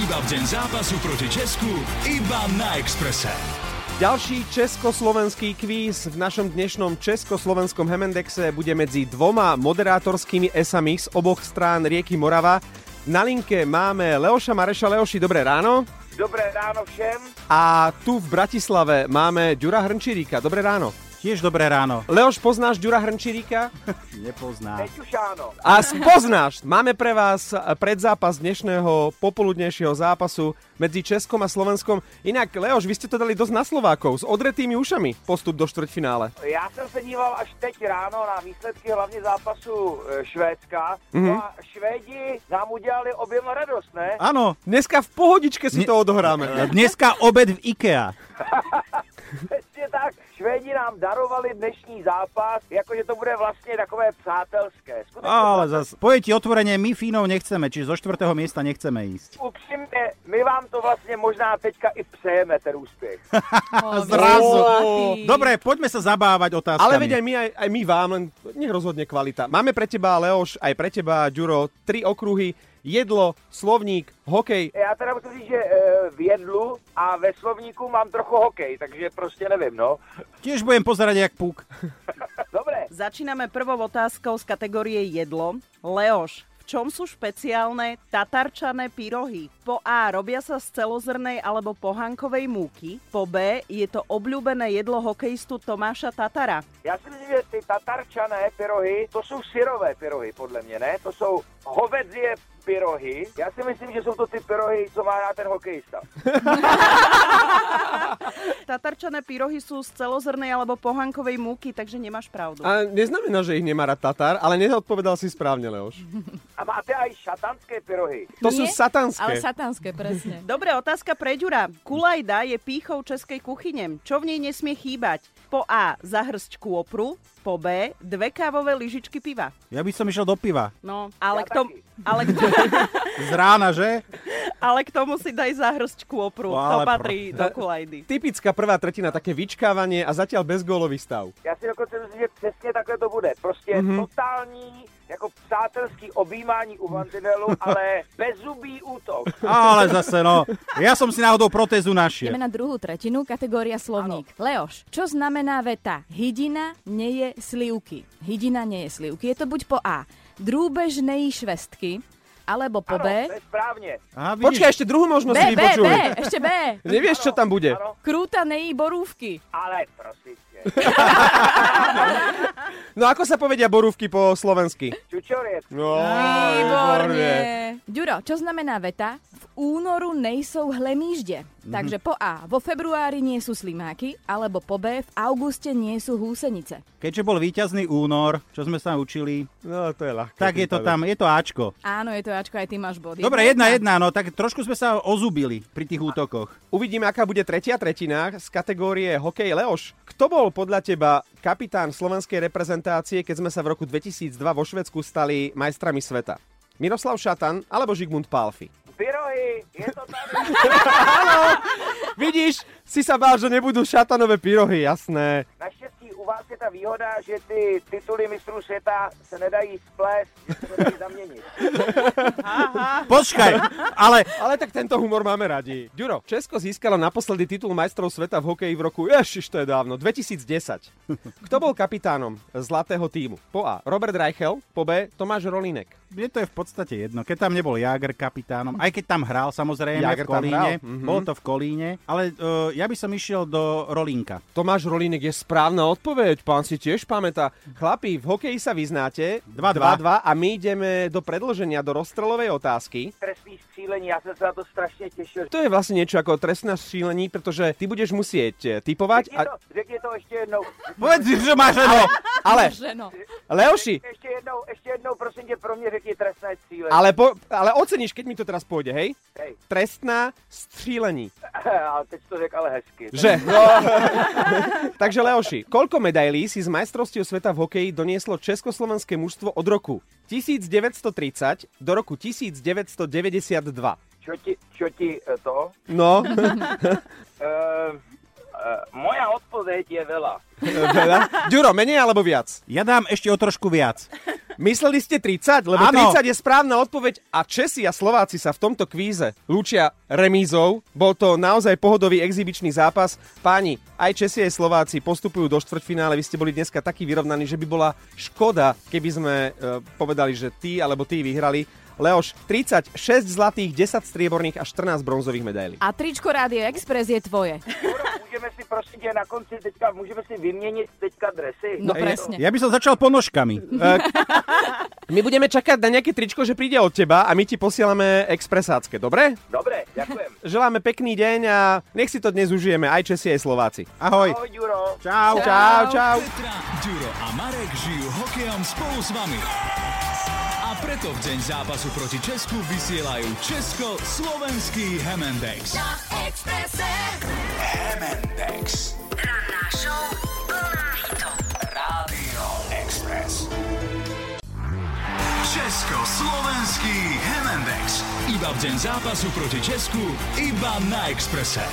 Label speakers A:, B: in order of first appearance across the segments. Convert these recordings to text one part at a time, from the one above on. A: Iba v deň zápasu proti Česku, iba na Exprese.
B: Ďalší československý kvíz v našom dnešnom československom Hemendexe bude medzi dvoma moderátorskými esami z oboch strán rieky Morava. Na linke máme Leoša Mareša. Leoši, dobré ráno.
C: Dobré ráno všem.
B: A tu v Bratislave máme Ďura Hrnčíríka. Dobré ráno.
D: Tiež dobré ráno.
B: Leoš, poznáš Ďura Hrnčíríka?
D: Nepozná.
C: Peťušáno.
B: A spoznáš, máme pre vás predzápas dnešného popoludnejšieho zápasu medzi Českom a Slovenskom. Inak, Leoš, vy ste to dali dosť na Slovákov s odretými ušami postup do štvrťfinále.
C: Já jsem se díval až teď ráno na výsledky hlavně zápasu eh, Švédska mm-hmm. a Švédi nám udělali oběma radost, ne?
D: Áno,
B: Dneska v pohodičke si
D: Ne-
B: to odohráme.
D: dneska obed v IKEA.
C: Přesně tak. Švédi nám darovali dnešní zápas, jakože to bude vlastně takové přátelské. Skutečně
D: Ale zas, povie ti otvorene, my Fínov nechceme, čiže zo štvrtého miesta nechceme ísť.
C: upřímně, my vám to vlastně možná teďka i přejeme, ten úspěch.
D: Zrazu. Dobre, poďme sa zabávať otázkami.
B: Ale veď aj my, aj, aj my vám, len nech rozhodne kvalita. Máme pre teba, Leoš, aj pre teba, Ďuro, tri okruhy, jedlo, slovník, hokej.
C: Já teda musím říct, že eh, v jedlu a ve slovníku mám trochu hokej, takže prostě nevím, no.
D: Tiež budem pozerať, jak puk.
C: Dobré.
E: Začíname prvou otázkou z kategórie jedlo. Leoš, v čom sú špeciálne tatarčané pyrohy? Po A robia sa z celozrnej alebo pohankovej múky. Po B je to obľúbené jedlo hokejistu Tomáša Tatara.
C: Já si myslím, že ty tatarčané pyrohy, to jsou syrové pyrohy, podle mě, ne? To jsou hovedzie pyrohy. Já si myslím, že jsou to ty pyrohy, co má rád ten hokejista.
E: Tatarčané pyrohy sú z celozrnej alebo pohankovej múky, takže nemáš pravdu.
B: A neznamená, že ich nemá rád Tatar, ale neodpovedal si správne, Leoš.
C: A máte aj šatanské pyrohy.
B: To sú
F: Nie,
B: satanské.
F: Ale satanské, presne.
E: Dobre, otázka pre Ďura. Kulajda je pýchou českej kuchyne. Čo v nej nesmie chýbať? Po A zahrsť kôpru, po B dve kávové lyžičky piva.
D: Ja by som išiel do piva.
E: No, ale,
C: Ja
E: k tomu,
C: taký.
E: ale, k tomu,
D: Z rána, že?
E: ale k tomu si daj zahrsť kôpru.
D: No,
E: to
D: ale
E: patrí do kulajdy.
B: Typická prvá tretina, také vyčkávanie a zatiaľ bezgólový stav.
C: Já si dokonce myslím, že přesně takhle to bude. Prostě mm-hmm. totální, jako přátelský objímání u mantinelu, ale bezubý útok.
D: Ale zase, no. Ja som si náhodou protézu našiel.
F: Ideme na druhú tretinu, kategória slovník. Leoš, čo znamená veta? Hydina nie je slivky. Hydina nie je slivky. Je to buď po A. Drúbežnej švestky, alebo po
C: Ano,
F: B.
C: to je správně.
D: Aha, vidíš,
B: Počkaj, ešte druhú
F: B,
B: možnosť si
F: B, B,
B: vypočuj.
F: ešte B.
B: Nevieš, čo tam bude.
C: Ano,
F: Krútanej borúvky.
C: ale prosím tě.
B: No ako sa povedia borúvky po slovensky?
C: Čučorec,
B: No,
F: Výborne. Ďuro, čo znamená veta? V únoru nejsou hlemížde.
D: Mhm.
F: Takže po A. Vo februári nie sú slimáky, alebo po B. V auguste nie sú húsenice.
D: keďže bol víťazný únor, čo sme sa učili,
B: No, to je ľahké.
D: tak je to tam, je to Ačko.
F: Áno, je to Ačko, aj ty máš body.
D: Dobre, jedna, jedna, no tak trošku sme sa ozubili pri tých útokoch.
B: Uvidíme, aká bude tretia tretina z kategórie hokej. Leoš, kto bol podľa teba kapitán slovenskej reprezentácie, keď sme sa v roku 2002 vo Švedsku stali majstrami sveta? Miroslav Šatan alebo Žigmund Palfi?
C: pyrohy, je to tady.
B: Vidíš, si sa bál, že nebudú šatanové pyrohy, jasné.
C: Naštěstí u vás je ta výhoda, že ty tituly mistrů světa se nedají splést, že se nedají zaměnit.
D: Počkaj, ale
B: Ale tak tento humor máme radi. Ďuro, Česko získalo naposledy titul majstrov sveta v hokeji v roku, ježiš, to je dávno, 2010. Kto bol kapitánom zlatého týmu? Po A. Robert Reichel, po B. Tomáš Rolinek.
D: mne to je v podstate jedno. Keď tam nebol Jager kapitánom, aj keď tam hral samozrejme
B: Jágr
D: v
B: tam
D: Kolíne,
B: hral, mhm.
D: bolo to v Kolíne, ale uh, ja by som išiel do Rolinka.
B: Tomáš Rolinek je správna odpoveď, pán si tiež pamätá. Chlapi, v hokeji sa vyznáte
D: 2-2.
B: 2-2 a my ideme do predlženia, do rozstrelovej otázky.
C: Trestný střílení, já jsem se na to strašně těšil.
B: To je vlastne niečo ako trestné střílení, pretože ty budeš musieť eh, typovať.
C: Řekni
B: A,
C: to, řekni to ještě jednou.
D: Povedz, že máš ale...
B: ale,
F: Ženo.
B: Leoši,
C: Ještě jednou, ještě jednou, prosím tě, pro mě řekni trestné střílení.
B: ale, po, ale oceníš, keď mi to teraz pôjde, hej?
C: Hej,
B: Trestná střílení.
C: a teď jsi to řekl ale hezky.
B: Že? No. Takže Leoši, koľko medailí si z majstrovstiev sveta v hokeji donieslo československé mužstvo od roku 1930 do roku 1992?
C: Čo ti, čo ti eh, to?
B: No,
C: Ehm, moja odpoveď je veľa.
B: Veľa? Ďuro, menej alebo viac?
D: Ja dám ešte o trošku viac.
B: Mysleli ste 30? Lebo
D: Áno.
B: 30 je správna odpoveď a Česi a Slováci sa v tomto kvíze lúčia remízou. Bol to naozaj pohodový exibičný zápas. Páni, aj Česi aj Slováci postupujú do štvrťfinále. Vy ste boli dneska takí vyrovnaní, že by bola škoda, keby sme e, povedali, že ty alebo ty vyhrali. Leoš, 36 zlatých, 10 strieborných a 14 bronzových medailí.
F: A tričko Rádio Express je tvoje.
C: Juro, Můžeme si prosím tě na konci teďka, můžeme si vyměnit teďka dresy.
F: No presne.
D: Ja by som začal ponožkami.
B: My budeme čakať na nejaké tričko, že príde od teba a my ti posielame expresácké, dobre?
C: Dobré, ďakujem.
B: Želáme pekný deň a nech si to dnes užijeme, aj Česi, aj Slováci.
D: Ahoj.
C: Ahoj, Juro.
D: Čau.
B: Čau, čau.
A: Petra, Ďuro a Marek žijú hokejom spolu s vami. A preto v deň zápasu proti Česku vysielajú Česko-Slovenský Hemendex. Hemendex.
G: Ranná show plná hitov.
A: Rádio Express. Česko-Slovenský Hemendex. Iba v deň zápasu proti Česku, iba na Exprese.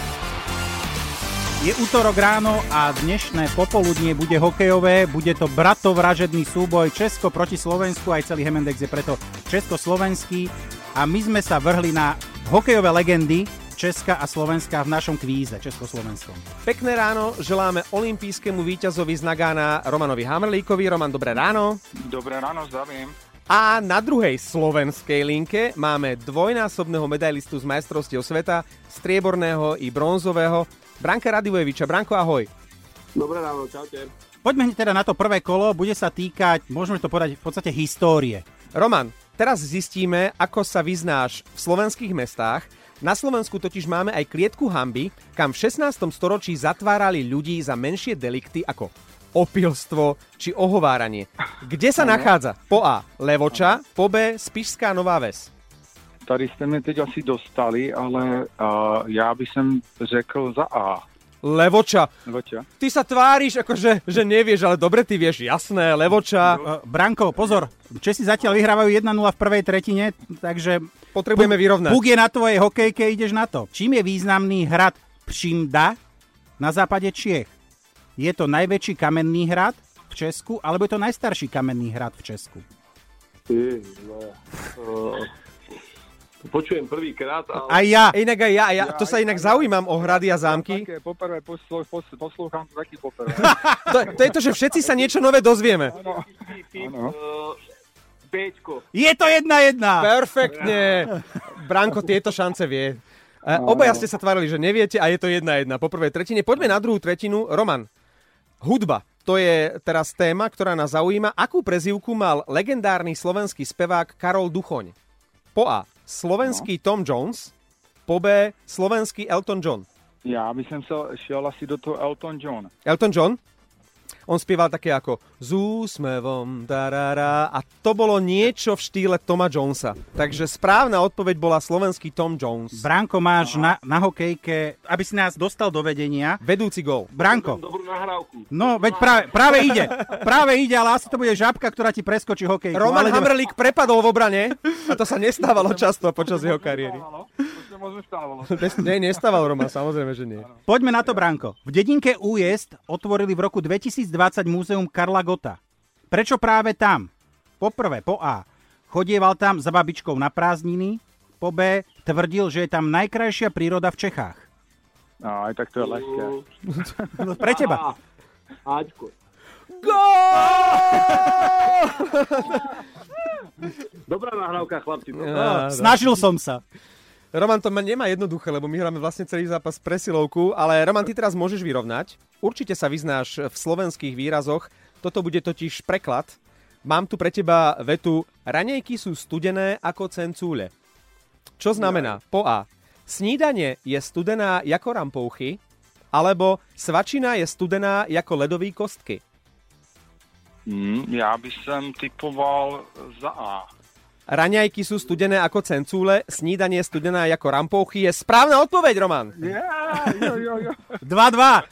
D: Je útorok ráno a dnešné popoludnie bude hokejové, bude to bratovražedný súboj Česko proti Slovensku, aj celý Hemendex je preto československý a my sme sa vrhli na hokejové legendy Česka a Slovenska v našom kvíze Československom.
B: Pekné ráno želáme olimpijskému víťazovi z Nagána Romanovi Hamrlíkovi. Roman, dobré ráno.
H: Dobré ráno, zdravím.
B: A na druhej slovenskej linke máme dvojnásobného medailistu z majstrovstiev sveta, strieborného i bronzového, Branka Radivojeviča. Branko, ahoj.
D: Poďme hneď teda na to prvé kolo, bude sa týkať, môžeme to povedať, v podstate histórie. E,
B: Roman, teraz zistíme, ako sa vyznáš v slovenských mestách. Na Slovensku totiž máme aj klietku hamby, kam v 16. storočí zatvárali ľudí za menšie delikty ako opilstvo či ohováranie. Kde sa nachádza? Po A. Levoča, po B. Spišská Nová Ves.
H: Tady jste mě teď asi dostali, ale uh, já bych sem řekl za A.
B: Levoča.
H: Nebo čo?
B: Ty sa tváriš, akože že nevieš, ale dobre ty vieš, jasné, Levoča.
D: E, Branko, pozor, Česi zatiaľ vyhrávajú 1-0 v prvej tretine, takže
B: Potrebujeme vyrovnať.
D: Puk je na tvojej hokejke, ideš na to. Čím je významný hrad Pšimda na západe Čiech? Je to najväčší kamenný hrad v Česku, alebo je to najstarší kamenný hrad v Česku?
I: Ty, no, uh, počujem prvýkrát, ale
D: Aj ja.
B: Inak aj ja, ja, to sa inak zaujímam o hrady a zámky.
H: Také, poprvé poslo, pos, poslouchám to taky poprvé.
B: To, to je to, že všetci sa niečo nové dozvieme.
I: ty, ty,
H: Áno.
I: uh, Bčko.
D: Je to jedna jedna.
B: Perfektne. Branko tieto šance vie. E, Obaja ste sa tvárili, že neviete a je to jedna jedna. Po prvej tretine. Poďme na druhú tretinu. Roman, hudba. To je teraz téma, ktorá nás zaujíma. Akú prezývku mal legendárny slovenský spevák Karol Duchoň? Po A. Slovenský Tom Jones. Po B. Slovenský Elton John.
H: já bych sem se šel asi do toho Elton John.
B: Elton John? On spieval také ako s úsmevom, darara, a to bolo niečo v štýle Toma Jonesa. Takže správna odpoveď bola slovenský Tom Jones.
D: Branko, máš na, na hokejke, aby si nás dostal do vedenia.
B: Vedúci gól.
D: Branko,
I: Dobrú nahrávku.
D: no veď práve, práve ide. Práve ide, ale asi to bude žabka, ktorá ti preskočí hokejku.
B: Roman
D: ale ideme-
B: Hamrlík prepadol v obrane a to sa nestávalo často počas jeho kariéry.
H: Stávalo, to se moc nestávalo.
B: Ne, nestával Roman, samozrejme, že nie.
D: Poďme na to, Branko. V dedinke Újezd otvorili v roku 2020 múzeum Karla Gota. Prečo práve tam? Po prvé, po A. Chodieval tam za babičkou na prázdniny. Po B. Tvrdil, že je tam najkrajšia príroda v Čechách.
H: No, aj tak to je lehké.
D: No, Pre teba.
I: Á, Ačko. Dobrá nahrávka, chlapci.
B: Á,
D: Snažil som sa.
B: Roman to ma- nemá jednoduché, lebo my hráme vlastne celý zápas presilovku, ale Roman, ty teraz môžeš vyrovnať. Určite sa vyznáš v slovenských výrazoch, toto bude totiž preklad. Mám tu pre teba vetu Ranejky sú studené ako cencúle. Čo znamená? Po A. Snídanie je studená ako rampouchy, alebo svačina je studená ako ledové kostky.
H: Mm, já bych sem typoval za A.
B: Raňajky sú studené ako cencúle, snídanie studená ako rampouchy je správna odpoveď, Roman.
H: Yeah, jo, jo, jo.
D: 2-2.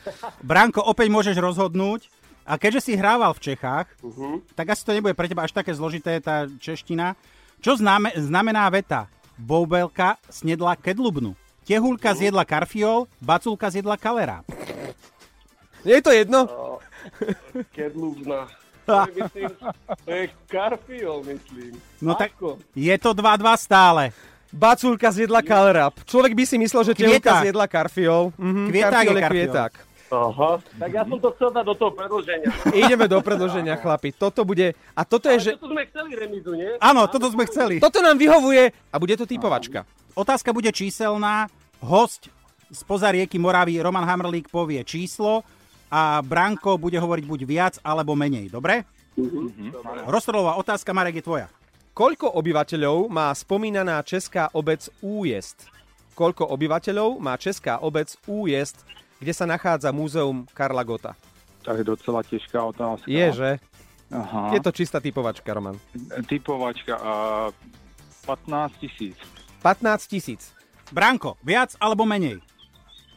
D: Branko, opäť môžeš rozhodnúť. A keďže si hrával v Čechách,
I: Mhm.
D: uh-huh. tak asi to nebude pre teba až také zložité, tá čeština. Čo známe, znamená veta?
I: Mhm.
D: Boubelka snedla kedlubnu. Tehulka zjedla karfiol, baculka zjedla kalera.
B: Nie je to jedno?
I: Kedlubna. To je, myslím, to je Carfiol, myslím.
D: No tak
I: Ačko.
D: je to 2-2 stále.
B: Baculka zjedla kalrap. Človek by si myslel, že
D: Kvieták.
B: tevka zjedla karfiol. Mhm,
D: Kvieták
B: karfiol
D: je
B: je
D: karfiol.
B: kvieták.
I: Aha. Tak ja som to chcel dať do toho predloženia.
B: Ideme do predloženia, chlapi. Toto bude... A toto je, že...
I: Ale toto sme chceli remizu, nie?
D: Áno, toto sme chceli.
B: Toto nám vyhovuje a bude to typovačka.
D: Otázka bude číselná. Host spoza rieky Moravy Roman Hamrlík povie číslo a Branko bude hovoriť buď viac alebo menej, dobre? Rostrolová otázka, Marek, je tvoja.
B: Koľko obyvateľov má spomínaná česká obec Újezd? Koľko obyvateľov má česká obec Újezd, kde sa nachádza múzeum Karla Gota?
H: To je docela těžká otázka.
B: Je,
D: No.
B: že?
H: Aha.
B: Je to čistá typovačka, Roman.
H: Typovačka. A 15 tisíc.
B: 15 tisíc.
D: Branko, viac alebo menej?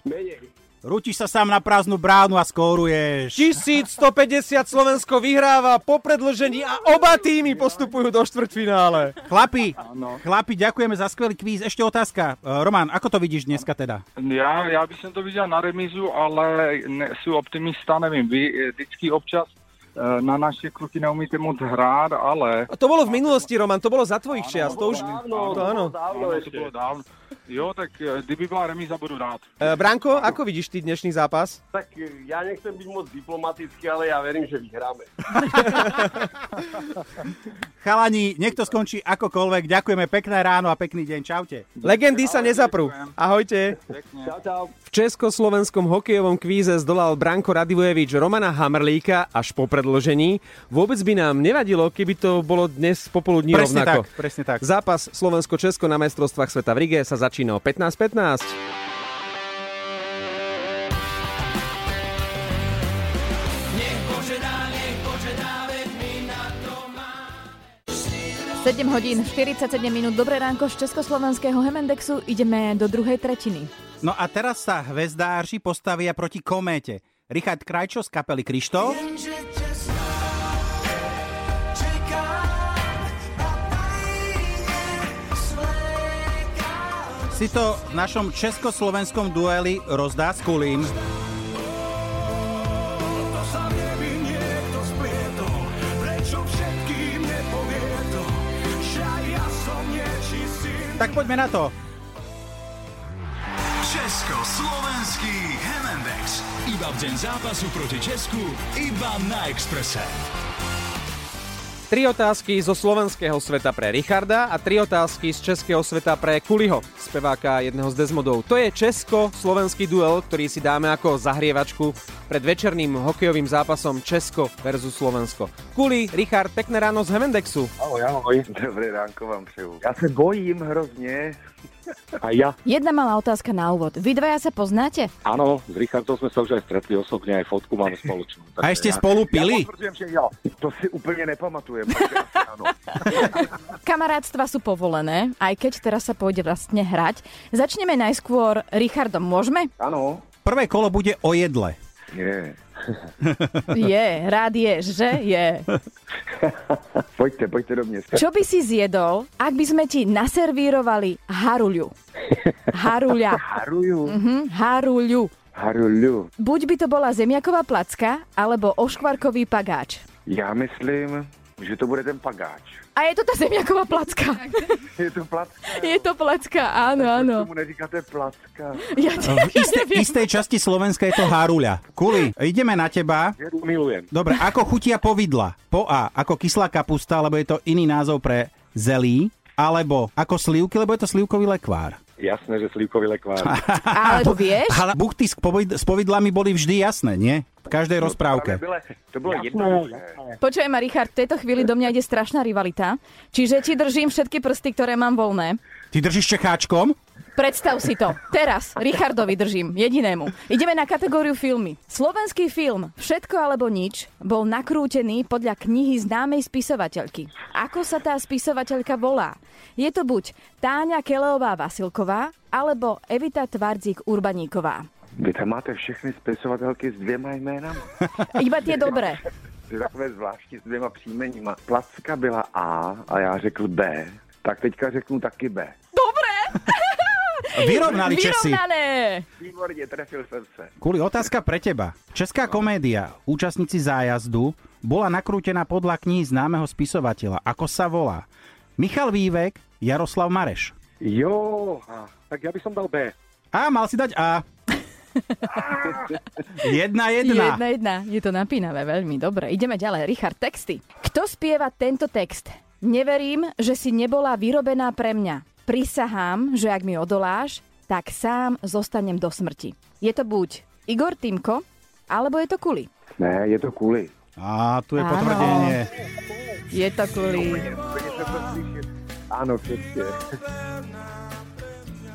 I: Menej.
D: Rútiš sa sám na prázdnu bránu a skóruješ.
B: 1150 Slovensko vyhráva po predlžení a oba týmy postupujú do štvrtfinále.
D: Chlapi,
H: Áno.
D: chlapi, ďakujeme za skvelý kvíz. Ešte otázka. E, Roman, ako to vidíš dneska teda?
H: Já, já bych to viděl na remizu, ale ne, jsou optimista, nevím. Vy eh, vždycky občas eh, na naše kluky neumíte moc hrát, ale...
B: A to bolo v minulosti, Roman, to bolo za tvojich čias, to už...
I: Dávno,
B: to áno.
I: dávno
H: Ano, to
I: ešte.
H: bylo dávno. Jo, tak eh, kdyby byla remíza, budu rád.
B: E, Branko, ako vidíš ty dnešný zápas?
I: Tak e, ja nechcem byť moc diplomatický, ale ja verím, že vyhráme.
D: Chalani, nech to skončí akokoľvek. Ďakujeme, pekné ráno a pekný deň. Čaute.
B: Legendy sa nezaprú. Ahojte.
C: No.
I: Čau, čau.
B: V československom hokejovom kvíze zdolal Branko Radivojevič Romana Hamrlíka až po predložení. Vôbec by nám nevadilo, keby to bolo dnes popoludní
D: Presne
B: rovnako.
D: tak, presne tak.
B: Zápas Slovensko-Česko na majstrovstvách sveta v Rige sa začína o 15.15.
F: Sedem hodín, 47 minút, dobré ránko z Československého Hemendexu, ideme do druhej tretiny.
D: No a teraz sa hvezdáři postavia proti kométe. Richard Krajčo z kapely Krištol. Si to v našom československom dueli rozdá s Kulím. Tak poďme na to.
A: Československý Hemendex. Iba v deň zápasu proti Česku, iba na Exprese.
B: Tri otázky zo slovenského sveta pre Richarda a tri otázky z českého sveta pre Kuliho, speváka jedného z Desmodov. To je česko-slovenský duel, ktorý si dáme ako zahrievačku pred večerným hokejovým zápasom Česko versus Slovensko. Kuli, Richard, pekné ráno z Hemendexu.
C: Ahoj, ahoj. Dobré ránko vám přeju. Já se bojím hrozně.
I: A ja?
F: Jedna malá otázka na úvod. Vy dvaja sa poznáte?
I: Áno, s Richardom sme sa už aj stretli osobne, aj fotku máme spoločnú.
D: A ešte spolu pili?
C: Potvrdujem, že jo. To si úplně nepamatujem. takže asi ano.
F: Kamarátstva sú povolené, aj keď teraz sa pôjde vlastne hrať. Začneme najskôr Richardom, môžeme?
I: Áno.
D: Prvé kolo bude o jedle.
C: Je.
F: Je, rád je, že je.
C: Pojďte, pojďte do mě.
F: Čo by si zjedol, ak by sme ti naservírovali haruľu? Haruľa.
C: Haruju.
F: Mhm, haruľu.
C: Haruju.
F: Buď by to bola zemiaková placka, alebo oškvarkový pagáč.
C: Já myslím, že to bude ten pagáč.
F: A je to tá zemiaková placka.
C: Je to placka.
F: Je to placka, áno, áno.
C: Tomu neříkáte placka.
F: Ja te,
D: V isté, istej časti Slovenska je to háruľa. Kuli, ideme na teba.
I: Milujem.
D: Dobre, ako chutia povidla? Po A, ako kyslá kapusta, lebo je to iný názov pre zelí, alebo ako slivky, lebo je to slivkový lekvár.
I: Jasné, že slivkový lekvár.
F: ale to vieš?
D: Ale buchty s, povid- s povidlami boli vždy jasné, nie? V každej rozprávke.
C: To bylo jedno. že-
F: Počujem ma, Richard, v tejto chvíli do mňa ide strašná rivalita. Čiže ti držím všetky prsty, ktoré mám voľné.
D: Ty držíš čecháčkom?
F: Predstav si to. Teraz Richardovi držím, jedinému. Ideme na kategóriu filmy. Slovenský film Všetko alebo nič bol nakrútený podľa knihy známej spisovateľky. Ako sa tá spisovateľka volá? Je to buď Táňa Keleová Vasilková alebo Evita Tvardík Urbaníková.
C: Vy tam máte všechny spisovatelky s dvěma jménama.
F: Iba tie dobré.
C: Ty takové zvláštní s dvěma příjmeníma. Placka byla A a já řekl B. Tak teďka řeknu taky B.
F: Dobré!
D: Vyrovnali Česi.
F: Vyrovnané!
C: Výborně, trefil jsem se.
D: Kuli, otázka pre teba. Česká komédia, účastníci zájazdu, bola nakrútená podľa kníh známeho spisovateľa. Ako sa volá? Michal Vývek, Jaroslav Mareš.
I: Jo, a tak ja by som dal B.
D: A, mal si dať A. jedna, jedna.
F: Jedna, jedna. Je to napínavé, veľmi dobre. Ideme ďalej. Richard, texty. Kto spieva tento text? Neverím, že si nebola vyrobená pre mňa. Prisahám, že ak mi odoláš, tak sám zostanem do smrti. Je to buď Igor Týmko, alebo je to Kuli.
C: Ne, je to kuli.
D: A, tu je
F: Áno.
D: potvrdenie.
F: Je to Kuli.
C: Ano, přesně.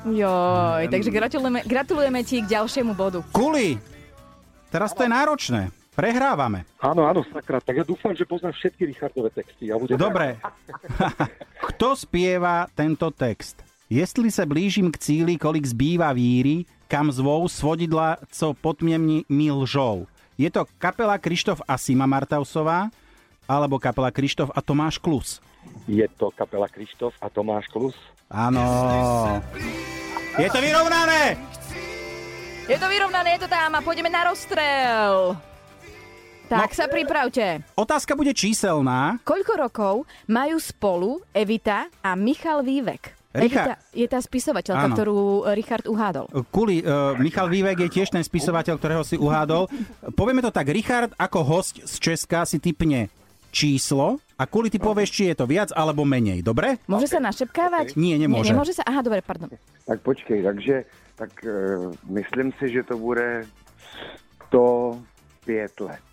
F: Joj, takže gratulujeme, gratulujeme ti k ďalšiemu bodu.
D: Kuli, teraz to je náročné. Prehrávame.
I: Áno, áno, sakra. Tak ja dúfam, že poznám všetky Richardové texty. Ja budem
D: Dobre. Kto spieva tento text? Jestli se blížim k cíli, kolik zbýva víry, kam zvou svodidla, co potmiemni mi lžou. Je to kapela Krištof a Sima Martausová, alebo kapela Krištof a Tomáš Klus.
I: Je to kapela Krištof a Tomáš Klus.
D: Áno. Je to vyrovnané!
F: Je to vyrovnané, je to tam a pôjdeme na rozstrel. Tak sa pripravte.
D: Otázka bude číselná.
F: Koľko rokov majú spolu Evita a Michal Vývek? Evita
D: Richard.
F: je tá spisovateľka,
D: Áno.
F: ktorú Richard uhádol.
D: Kuli, uh, Michal Vývek je tiež ten spisovateľ, ktorého si uhádol. Povieme to tak, Richard ako host z Česka si typne číslo a Kuli ty povieš, či je to viac alebo menej, dobre?
F: Môže sa našepkávať?
D: Nie, nemôže.
F: Nie, nemôže sa? Aha, dobre, pardon.
C: Tak počkej, takže tak uh, myslím si, že to bude 105 let.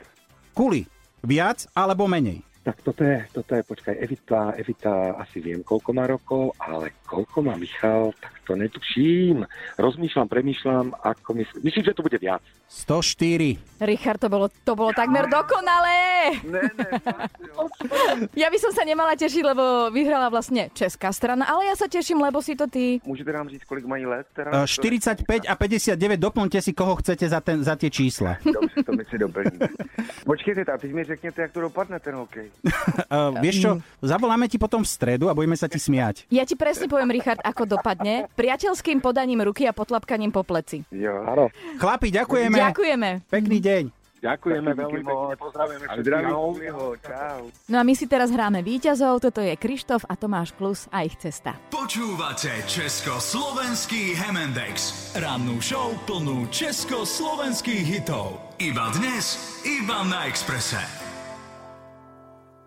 D: Kuli, viac alebo menej?
I: Tak toto je, toto je, počkaj, Evita, Evita asi viem, koľko má rokov, ale koľko má Michal, tak to netuším. Rozmýšľam, premýšľam, ako myslím. Myslím, že to bude viac.
D: 104.
F: Richard, to bolo, to bolo takmer dokonalé.
C: Ne, ne,
F: Ja by som sa nemala tešiť, lebo vyhrala vlastne česká strana, ale ja sa teším, lebo si to ty.
C: Můžete nám říct, kolik mají let? Teda?
D: Eh, 45 a 59, doplňte si, koho chcete za, ten, za tie čísla. E,
C: Dobře, to my si doplníme. Počkejte, a teď mi řekněte, jak to dopadne ten hokej.
D: Uh, vieš čo, zavoláme ti potom v stredu a budeme sa ti smiať.
F: Ja ti presne poviem, Richard, ako dopadne. Priateľským podaním ruky a potlapkaním po pleci.
C: Jo.
I: Áno,
D: Chlapi, ďakujeme.
F: Ďakujeme.
D: Pekný deň.
I: ďakujeme veľmi moc. Pozdravujeme
C: A zdraví Kuliho, čau.
F: No a my si teraz hráme víťazov, toto je Krištof a Tomáš Klus a ich cesta.
A: Počúvate Československý Hemendex. Rannú show plnú československých hitov. Iba dnes, iba na Exprese.